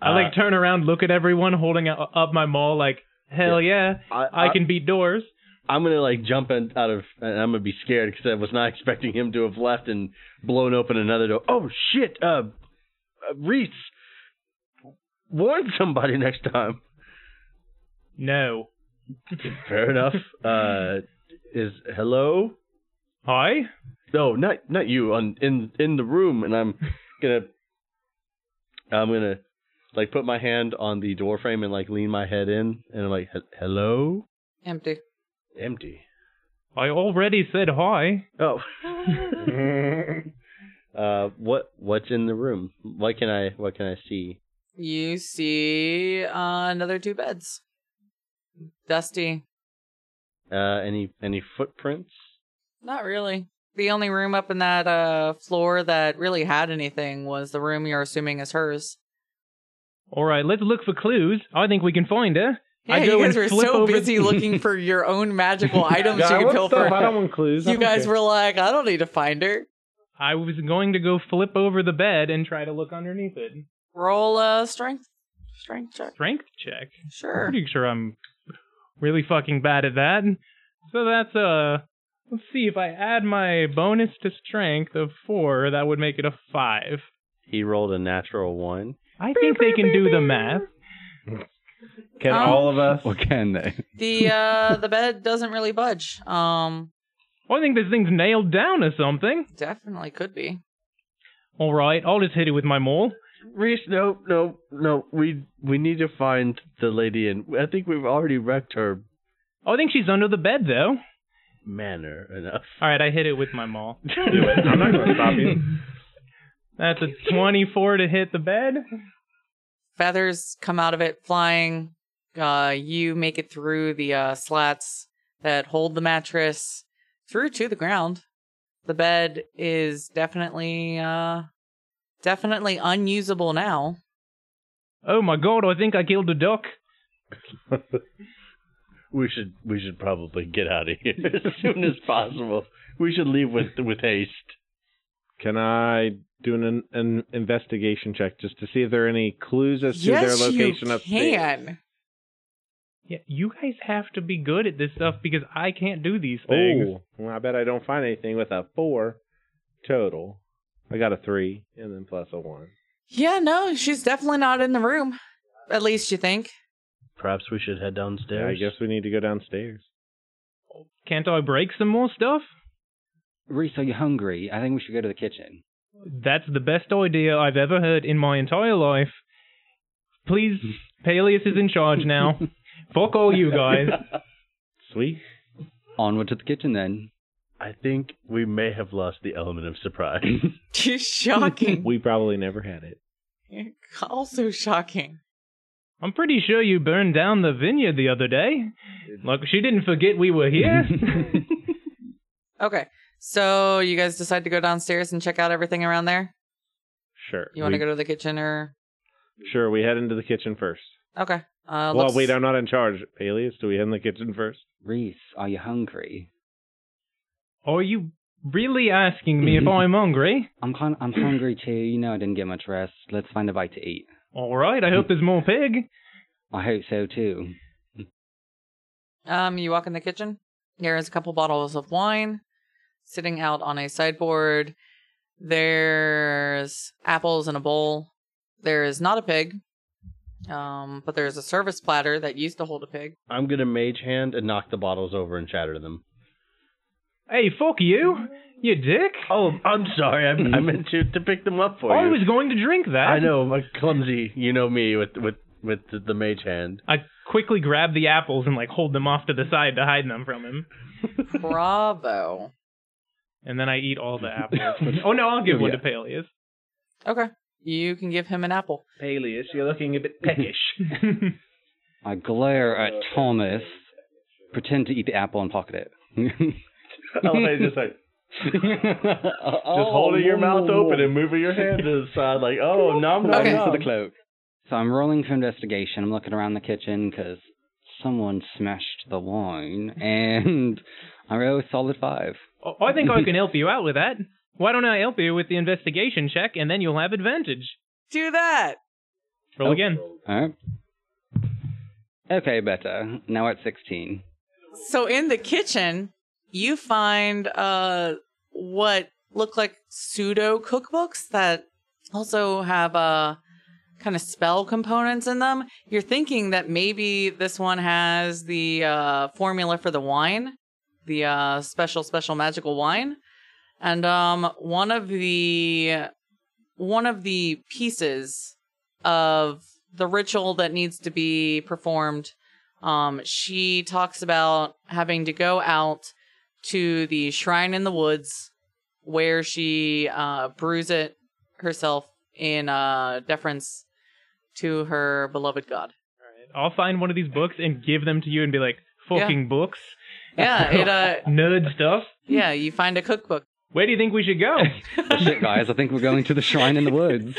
I like turn around, look at everyone holding u- up my maul, like hell yeah, I,
Uh,
can beat doors.
I'm gonna like jump in, out of, and I'm gonna be scared because I was not expecting him to have left and blown open another door. Oh shit, uh, uh, Reese, warn somebody next time.
No.
Fair enough. Uh, is hello?
Hi.
No, not not you. On in in the room, and I'm gonna, I'm gonna, like put my hand on the door frame and like lean my head in, and I'm like, "Hel- hello,
Empty.
empty.
I already said hi.
Oh. uh, what what's in the room? What can I what can I see?
You see uh, another two beds. Dusty.
Uh, any any footprints?
Not really. The only room up in that uh floor that really had anything was the room you're assuming is hers.
All right, let's look for clues. I think we can find her.
Yeah,
I go
you guys
and
were
flip
so
over-
busy looking for your own magical items
Yeah, I
you could
want
pilfer.
stuff. I don't want clues. I
You
don't
guys
care.
were like, I don't need to find her.
I was going to go flip over the bed and try to look underneath it.
Roll a strength strength check.
Strength check.
Sure.
Pretty sure I'm really fucking bad at that. So that's a. Let's see if I add my bonus to strength of four, that would make it a five.
He rolled a natural one.
I think they can do the math.
Can
Um,
all of us?
Or can they?
The uh the bed doesn't really budge. Um
I think this thing's nailed down or something.
definitely could be.
All right, I'll just hit it with my maul.
Reese, no, no, no. We we need to find the lady, and I think we've already wrecked her
I think she's under the bed though.
manner enough.
All right, I hit it with my maul.
Do it. I'm not going to stop you.
That's a 24 to hit the bed.
feathers come out of it flying. Uh, you make it through the uh, slats that hold the mattress through to the ground. The bed is definitely, uh, definitely unusable now.
Oh my god, I think I killed a duck.
We should we should probably get out of here as soon as possible. We should leave with with haste.
Can I do an, an investigation check just to see if there are any clues as to their location
you
upstairs?
can.
Yeah, you guys have to be good at this stuff because I can't do these things.
Oh, well, I bet I don't find anything with a four total. I got a three and then plus a one.
Yeah, no, she's definitely not in the room. At least you think.
Perhaps we should head
Yeah, I
downstairs.
guess we need to go downstairs.
Can't I break some more stuff?
Reese, are you hungry? I think we should go to the kitchen.
That's the best idea I've ever heard in my entire life. Please, Peleus is in charge now. Fuck all you guys.
Sweet.
Onward to the kitchen then.
I think we may have lost the element of surprise.
She's shocking.
We probably never had it.
also shocking.
I'm pretty sure you burned down the vineyard the other day. Look, she didn't forget we were here.
Okay, so you guys decide to go downstairs and check out everything around there.
Sure.
You want to
We-
go to the kitchen or?
Sure, we head into the kitchen first.
Okay. Uh,
well,
let's-
wait, I'm not in charge. Alias, do we head in the kitchen first?
Reese, are you hungry?
Are you really asking me if I'm hungry?
I'm kind I'm hungry too. You know I didn't get much rest. Let's find a bite to eat.
All right, I hope there's more pig.
I hope so too.
Um, you walk in the kitchen. There is a couple bottles of wine sitting out on a sideboard. There's apples in a bowl. There is not a pig, um, but there's a service platter that used to hold a pig.
I'm gonna mage hand and knock the bottles over and shatter them.
Hey, fuck you, you dick!
Oh, I'm sorry. I, I meant to, to pick them up for
I
you.
was going to drink that.
I know, I'm clumsy. You know me with with with the, the mage hand.
I quickly grab the apples and like hold them off to the side to hide them from him,
Bravo.
and then I eat all the apples. oh no, I'll give one
Yeah.
to Peleus.
Okay. You can give him an apple.
Peleus, you're looking a bit peckish.
I glare at Thomas, pretend to eat the apple and pocket it.
Elevator's just like
Oh.
just holding your mouth open and moving your hand to the side, like oh nom nom
Okay.
nom.
to the cloak. So I'm rolling for investigation. I'm looking around the kitchen because someone smashed the wine, and I roll a solid five.
Oh, I think I can help you out with that. Why don't I help you with the investigation check, and then you'll have advantage.
Do that.
Roll
Oh.
again.
All right. Okay, better. Now at 16.
So in the kitchen, you find uh what look like pseudo cookbooks that also have uh kind of spell components in them. You're thinking that maybe this one has the uh formula for the wine, the uh special special magical wine. And um one of the one of the pieces of the ritual that needs to be performed um, she talks about having to go out to the shrine in the woods where she uh, brews it herself in uh, deference to her beloved god.
I'll find one of these books and give them to you, and be like, "Fucking books,
Yeah, it, uh,
nerd stuff."
yeah, you find a cookbook.
Where do you think we should go?
Well, shit, guys, I think we're going to the shrine in the woods.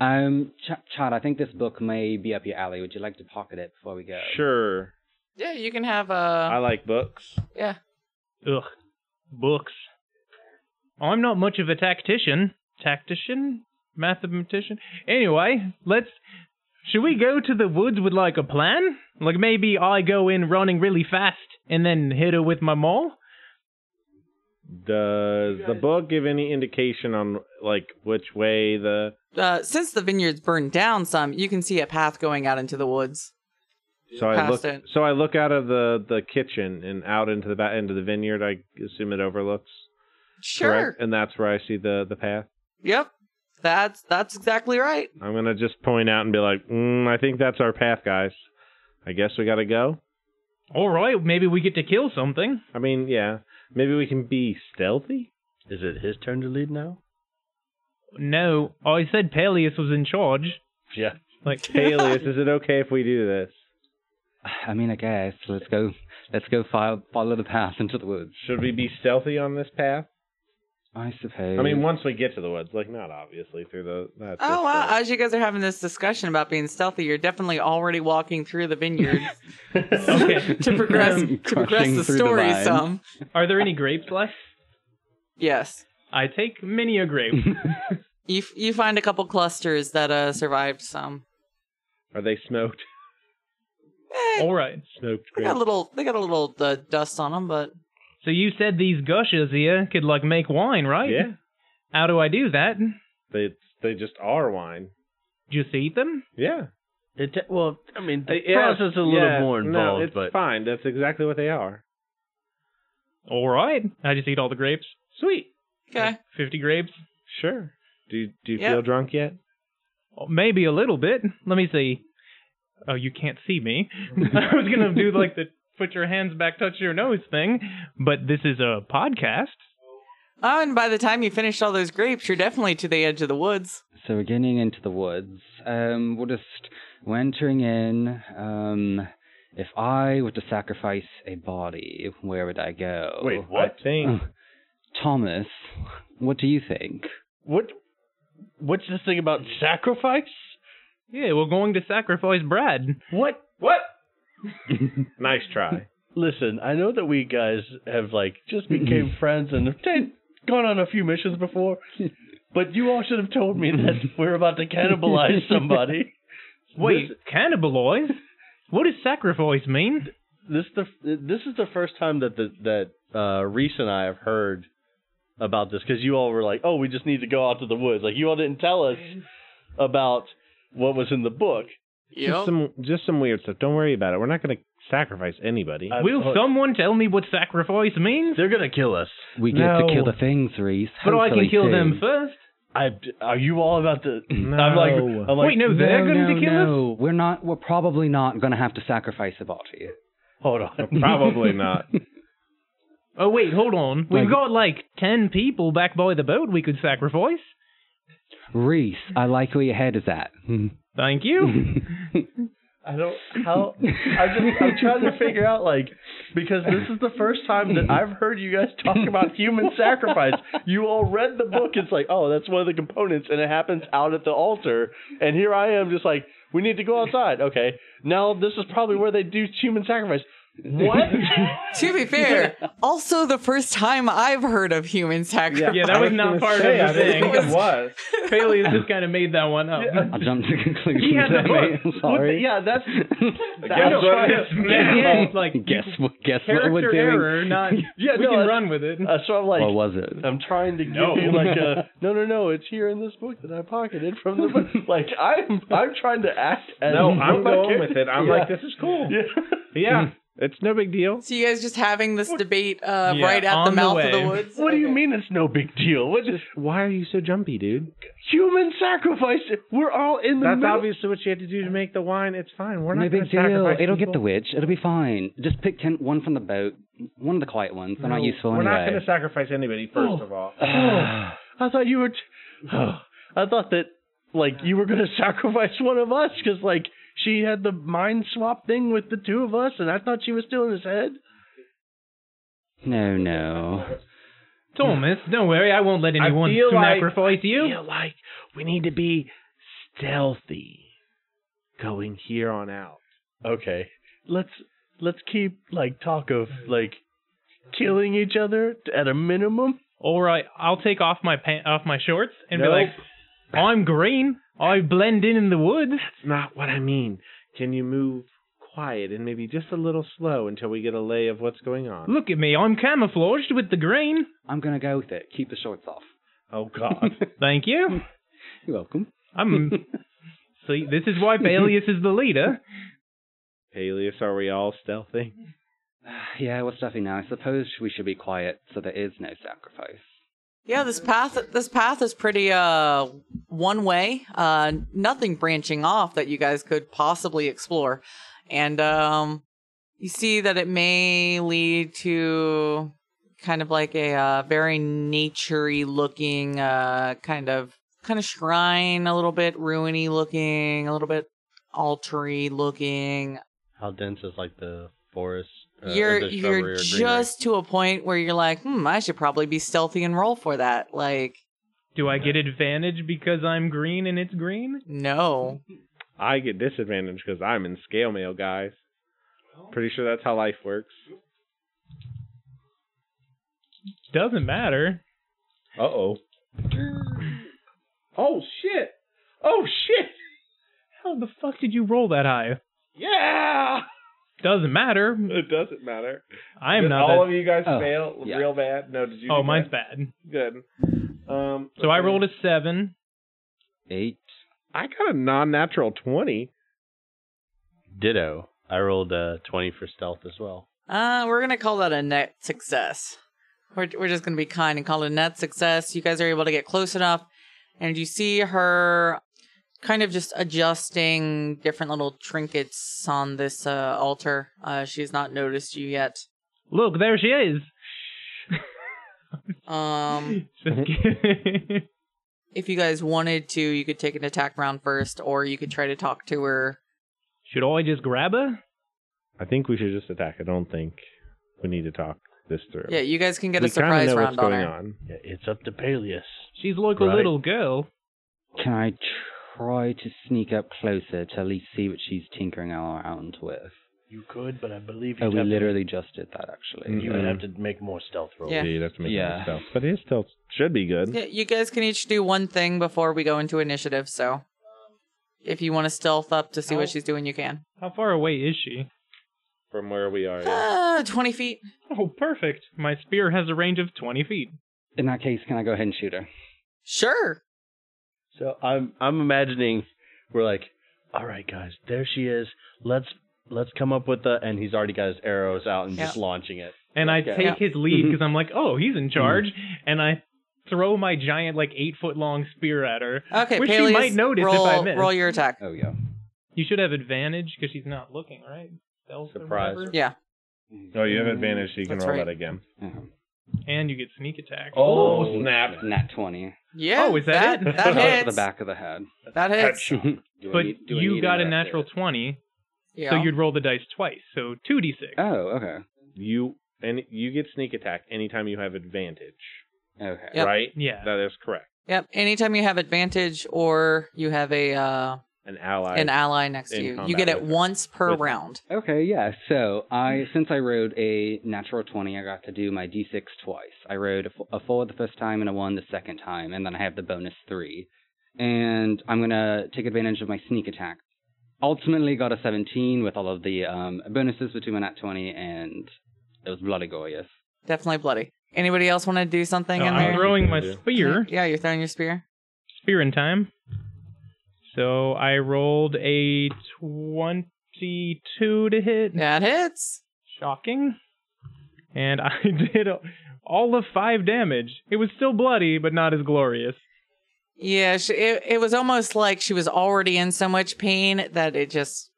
Um, Ch- Chad, I think this book may be up your alley. Would you like to pocket it before we go?
Sure.
Yeah, you can have
I
a
like books.
yeah.
Ugh, books. I'm not much of a tactician. Tactician? Mathematician? Anyway, let's. Should we go to the woods with like a plan? Like maybe I go in running really fast and then hit her with my maul?
Does the book give any indication on like which way the
Uh, since the vineyards burned down some, you can see a path going out into the woods.
so I
Past
look
it.
so I look out of the the kitchen and out into the back into the vineyard. I assume it overlooks.
Sure.
Correct? And that's where I see the the path.
Yep. That's that's exactly right.
I'm gonna just point out and be like, mm, I think that's our path, guys. I guess we gotta go.
Alright, maybe we get to kill something.
I mean, yeah, maybe we can be stealthy.
Is it his turn to lead now?
No, I said Peleus was in charge.
Yeah.
Like,
Alias, is it okay if we do this?
I mean, I guess. Let's go. Let's go file, follow the path into the woods.
Should we be stealthy on this path?
I suppose.
I mean, once we get to the woods, like not obviously through the. That's
Oh
just
wow!
the-
As you guys are having this discussion about being stealthy, you're definitely already walking through the vineyards
okay.
to progress
Crushing
to progress the
through the
story
vine.
some.
Are there any grapes left?
Yes,
I take many a grape.
you f- you find a couple clusters that uh survived some.
Are they smoked?
Eh,
Alright.
Smoked
they got a
grapes.
little they got a little uh, dust on them, but
So you said these gushes here could, like, make wine, right?
Yeah,
How do I do that?
they they just are wine.
Just eat them?
Yeah,
It ta- well, I mean, the
Uh, yeah,
process is a little
yeah,
more
No,
involved,
it's
but
fine. That's exactly what they are.
All right. I just eat all the grapes.
Sweet.
okay.
50 grapes?
Sure. Do do you
Yeah.
feel drunk yet?
Oh, Maybe a little bit. Let me see. Oh, you can't see me. I was going to do like the put your hands back, touch your nose thing, but this is a podcast.
Oh, and by the time you finished all those grapes, you're definitely to the edge of the woods.
So we're getting into the woods. Um, we're just we're entering in. Um, if I were to sacrifice a body, where would I go?
I think
Mm.
Thomas, what do you think?
what? What's this thing about sacrifice?
Yeah, we're going to sacrifice Brad.
What? What?
nice try.
Listen, I know that we guys have like just became friends and have t- gone on a few missions before, but you all should have told me that we're about to cannibalize somebody.
Wait, cannibalize? What does sacrifice mean?
this the this is the first time that the that uh, Reese and I have heard about this because you all were like, "Oh, we just need to go out to the woods." Like you all didn't tell us about what was in the book.
Just some just some weird stuff. Don't worry about it. We're not going to sacrifice anybody.
Uh,
Will
look,
someone tell me what sacrifice means?
They're gonna kill us.
We get
No.
to kill the things, Reese.
But I can
Hopefully
kill
soon.
them first.
I are you all about to? I'm like,
No.
I'm like,
Wait, no, they're
no,
going
no,
to kill us.
no. We're not. We're probably not going to have to sacrifice Ibati.
hold on.
Probably not.
Oh wait, hold on. We've
Like-
got like ten people back by the boat we could sacrifice.
Reese, I like where your head is at.
Thank you.
I don't how I'm just I'm trying to figure out like because this is the first time that I've heard you guys talk about human sacrifice. You all read the book. It's like oh that's one of the components, and it happens out at the altar. And here I am just like we need to go outside. Okay, now this is probably where they do human sacrifice. What?
To be fair, also the first time I've heard of human sacrifice.
Yeah, that was not part of the thing.
was.
Bailey has just kind of made that one up.
Yeah.
I jumped to conclusions.
He had the
anyway.
book.
I'm
What the-
sorry.
yeah, that's
I
that's
know,
why-
it's meant, like
Guess what? Guess what
character
we're doing.
error, not
yeah.
we
no,
can
that's-
run with it.
That's uh, what I'm like.
What was it?
I'm trying to give
No.
you like a no, no, no. It's here in this book that I pocketed from the book. Like I'm, I'm trying to act. As
No, I'm going with it. I'm
Yeah.
like, this is cool.
Yeah.
Yeah.
It's no big deal.
So you guys just having this debate uh,
Yeah,
right at
on
the
the
mouth of
way.
the woods?
What do you
Okay.
mean it's no big deal? What is
Why are you so jumpy, dude?
human sacrifice? We're all in the
That's
middle.
obviously what you had to do to make the wine. It's fine. We're
no
not going
big
to
deal.
sacrifice.
It'll
people.
get the witch. It'll be fine. Just pick ten, one from the boat, one of the quiet ones. They're not
No,
useful
We're not going
anyway.
to sacrifice anybody. First of all,
Oh, I thought you were. T- oh, I thought that like you were going to sacrifice one of us because like she had the mind swap thing with the two of us, and I thought she was still in his head.
No, no.
Thomas, don't worry, I won't let anyone
feel like-
sacrifice you.
feel like we need to be stealthy going here on out.
okay let's let's keep like talk of like killing each other t- at a minimum
All right, I'll take off my pant, off my shorts, and
Nope.
be like, I'm green. I blend in in the woods.
That's not what I mean. Can you move quiet and maybe just a little slow until we get a lay of what's going on?
Look at me, I'm camouflaged with the green.
I'm going to go with it. Keep the shorts off.
Oh God.
Thank you.
You're welcome.
I'm. See, this is why Balius is the leader.
Peleus, are we all stealthy?
Yeah, we're stuffy now. I suppose we should be quiet so there is no sacrifice.
Yeah, this path this path is pretty uh one way. Uh nothing branching off that you guys could possibly explore. And um you see that it may lead to kind of like a uh, very naturey looking uh kind of kind of shrine a little bit ruiny looking, a little bit altary looking
how dense is like the forest
you're you're just to a point where you're like, hmm, I should probably be stealthy and roll for that. Like,
Do I get advantage because I'm green and it's green?
no,
I get disadvantaged because I'm in scale mail, guys. Pretty sure that's how life works.
Doesn't matter.
Uh oh. Oh shit! Oh shit!
How the fuck did you roll that high?
Yeah!
Doesn't matter.
It doesn't matter.
I am
Did
not.
all
That...
of you guys
Oh,
fail
yeah.
real bad. No, did you?
Oh,
do
mine's
that?
bad.
Good. Um.
So I rolled a seven.
Eight.
I got a non-natural twenty.
ditto i rolled uh 20 for stealth as well
uh, we're gonna call that a net success. We're we're just gonna be kind and call it a net success. You guys are able to get close enough, and you see her kind of just adjusting different little trinkets on this uh, altar. Uh, she's not noticed you yet.
Look, there she is.
Um,
Just kidding.
if you guys wanted to, you could take an attack round first, or you could try to talk to her
Should I just grab her?
I think we should just attack. I don't think we need to talk this through.
Yeah, you guys can get
we
a surprise
kinda know
round
what's
on
going
her.
on.
yeah, it's up to peleus
She's like
Right.
a little girl.
Can I try to sneak up closer to at least see what she's tinkering around with?
you could but i believe
Oh,
you'd
we
have to-
literally just did that,
Mm-hmm.
actually.
you would have to make more stealth rolls
Yeah.
you'd have to make
Yeah.
yeah. stealth. But his stealth should be good.
Yeah, you guys can each do one thing before we go into initiative. So, if you want to stealth up to see
Oh.
what she's doing, you can.
How far away is she?
From where we are.
Uh, twenty feet.
Oh, perfect. My spear has a range of 20 feet.
In that case, can I go ahead and shoot her?
Sure.
So I'm I'm imagining we're like, all right, guys, there she is. Let's let's come up with the. And he's already got his arrows out and just launching it.
and I
Okay.
take his lead because I'm like, oh, he's
Mm.
in charge, and I throw my giant, like eight foot long spear at her.
Okay,
Which she
Peleus,
might notice if
roll,
I miss.
roll your attack.
Oh yeah.
You should have advantage because she's not looking, right? Stealth or
Surprise.
whatever.
Yeah.
Oh, you have advantage, so you can
That's
roll
right.
that again.
Uh-huh.
And you get sneak attack.
Oh, snap.
Nat twenty.
Yeah.
Oh, is that it?
That
Close to
hits.
the back of the head.
That hits.
Shoot.
Do I
but
need- do I
you
need
got a
nat
natural
hit?
twenty,
Yeah.
so you'd roll the dice twice, so two d six.
Oh, okay.
You and you get sneak attack anytime you have advantage,
Okay.
Yep.
right?
Yeah.
That is correct.
Yep. Anytime you have advantage or you have a uh,
An ally.
an ally next to
in
you, you
combat
get it
with her.
once per
With her.
round.
Okay, yeah. So I, since I rolled a natural twenty, I got to do my d6 twice. I rolled a, f- a four the first time and a one the second time, and then I have the bonus three. And I'm gonna take advantage of my sneak attack. Ultimately, got a seventeen with all of the um, bonuses between my nat twenty and it was bloody glorious.
Definitely bloody. Anybody else want to do something
So
in
I'm
there?
throwing my
Yeah.
spear.
Yeah, you're throwing your spear.
Spear in time. So I rolled a twenty-two to hit.
That hits.
Shocking. And I did all of five damage. It was still bloody, but not as glorious.
Yeah, she, it, it was almost like she was already in so much pain that it just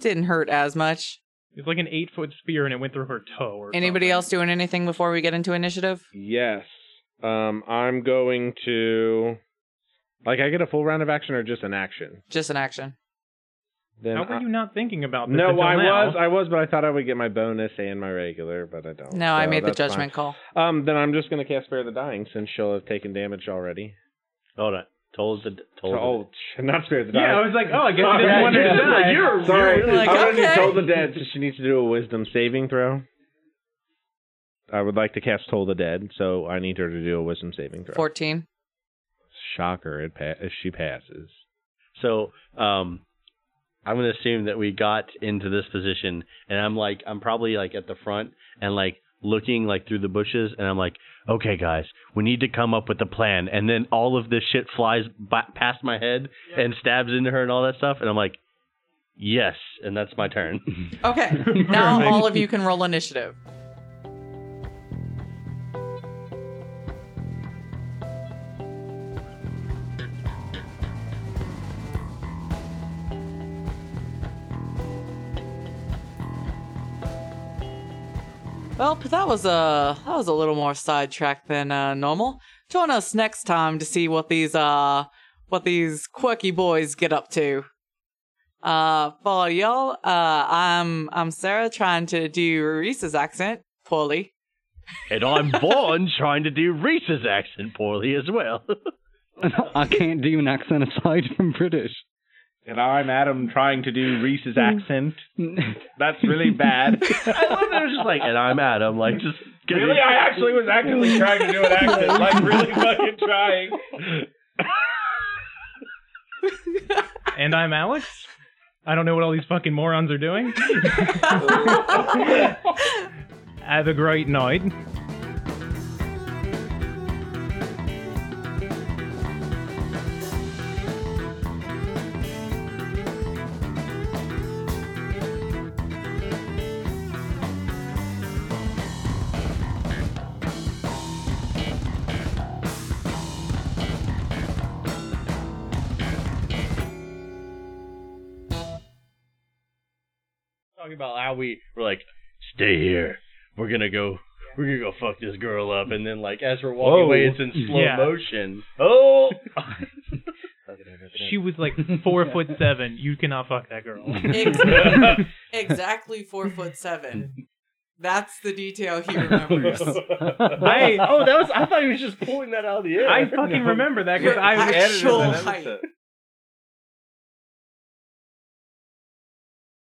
didn't hurt as much.
It's like an eight foot spear, and it went through her toe. Or
Anybody
something.
else doing anything before we get into initiative?
Yes. Um, I'm going to. Like, I get a full round of action or just an action?
Just an action.
Then
How were
I-
you not thinking about this?
No,
until
I
now?
was, I was, but I thought I would get my bonus and my regular, but I don't.
No, I
so
made the
that's fine.
judgment call.
Um, then I'm just gonna cast spare the dying since she'll have taken damage already.
Hold on. Told the told.
So, oh, sh- not spare the dying.
Yeah, I was like, oh, I guess you
Yeah,
didn't want her
yeah, I
to
was
die.
like,
You're
sorry.
really- Like,
I already
okay.
told the dead, so she needs to do a wisdom saving throw. I would like to cast Toll the Dead, so I need her to do a wisdom saving throw.
14.
Shocker! It pa- she passes.
So um, I'm gonna assume that we got into this position, and I'm like, I'm probably like at the front and like looking like through the bushes, and I'm like, okay, guys, we need to come up with a plan. And then all of this shit flies by, past my head and stabs into her and all that stuff, and I'm like, yes, and that's my turn.
Okay. now all of you can roll initiative. Well, but that was a that was a little more sidetracked than uh, normal. Join us next time to see what these uh what these quirky boys get up to. Uh, for y'all, uh, I'm I'm Sarah trying to do Reese's accent poorly.
and I'm Vaughn trying to do Reese's accent poorly as well.
I can't do an accent aside from British.
And I'm Adam trying to do Reese's accent.
That's
That's really bad.
Hmm. I love that it was just like, and I'm Adam, like just
really, I actually was actively trying to do an accent. Like really fucking trying.
And I'm Alex. I don't know what all these fucking morons are doing. Have a great night.
talking about how we were like, stay here. We're gonna go. We're gonna go fuck this girl up, and then like as we're walking
Whoa.
away, it's in slow
Yeah.
motion. Oh,
She was like four foot seven. You cannot fuck that girl.
exactly four foot seven. That's the detail he remembers.
I
oh, that was. I thought he was just pulling that out of the air.
I fucking remember that because I was
actual height.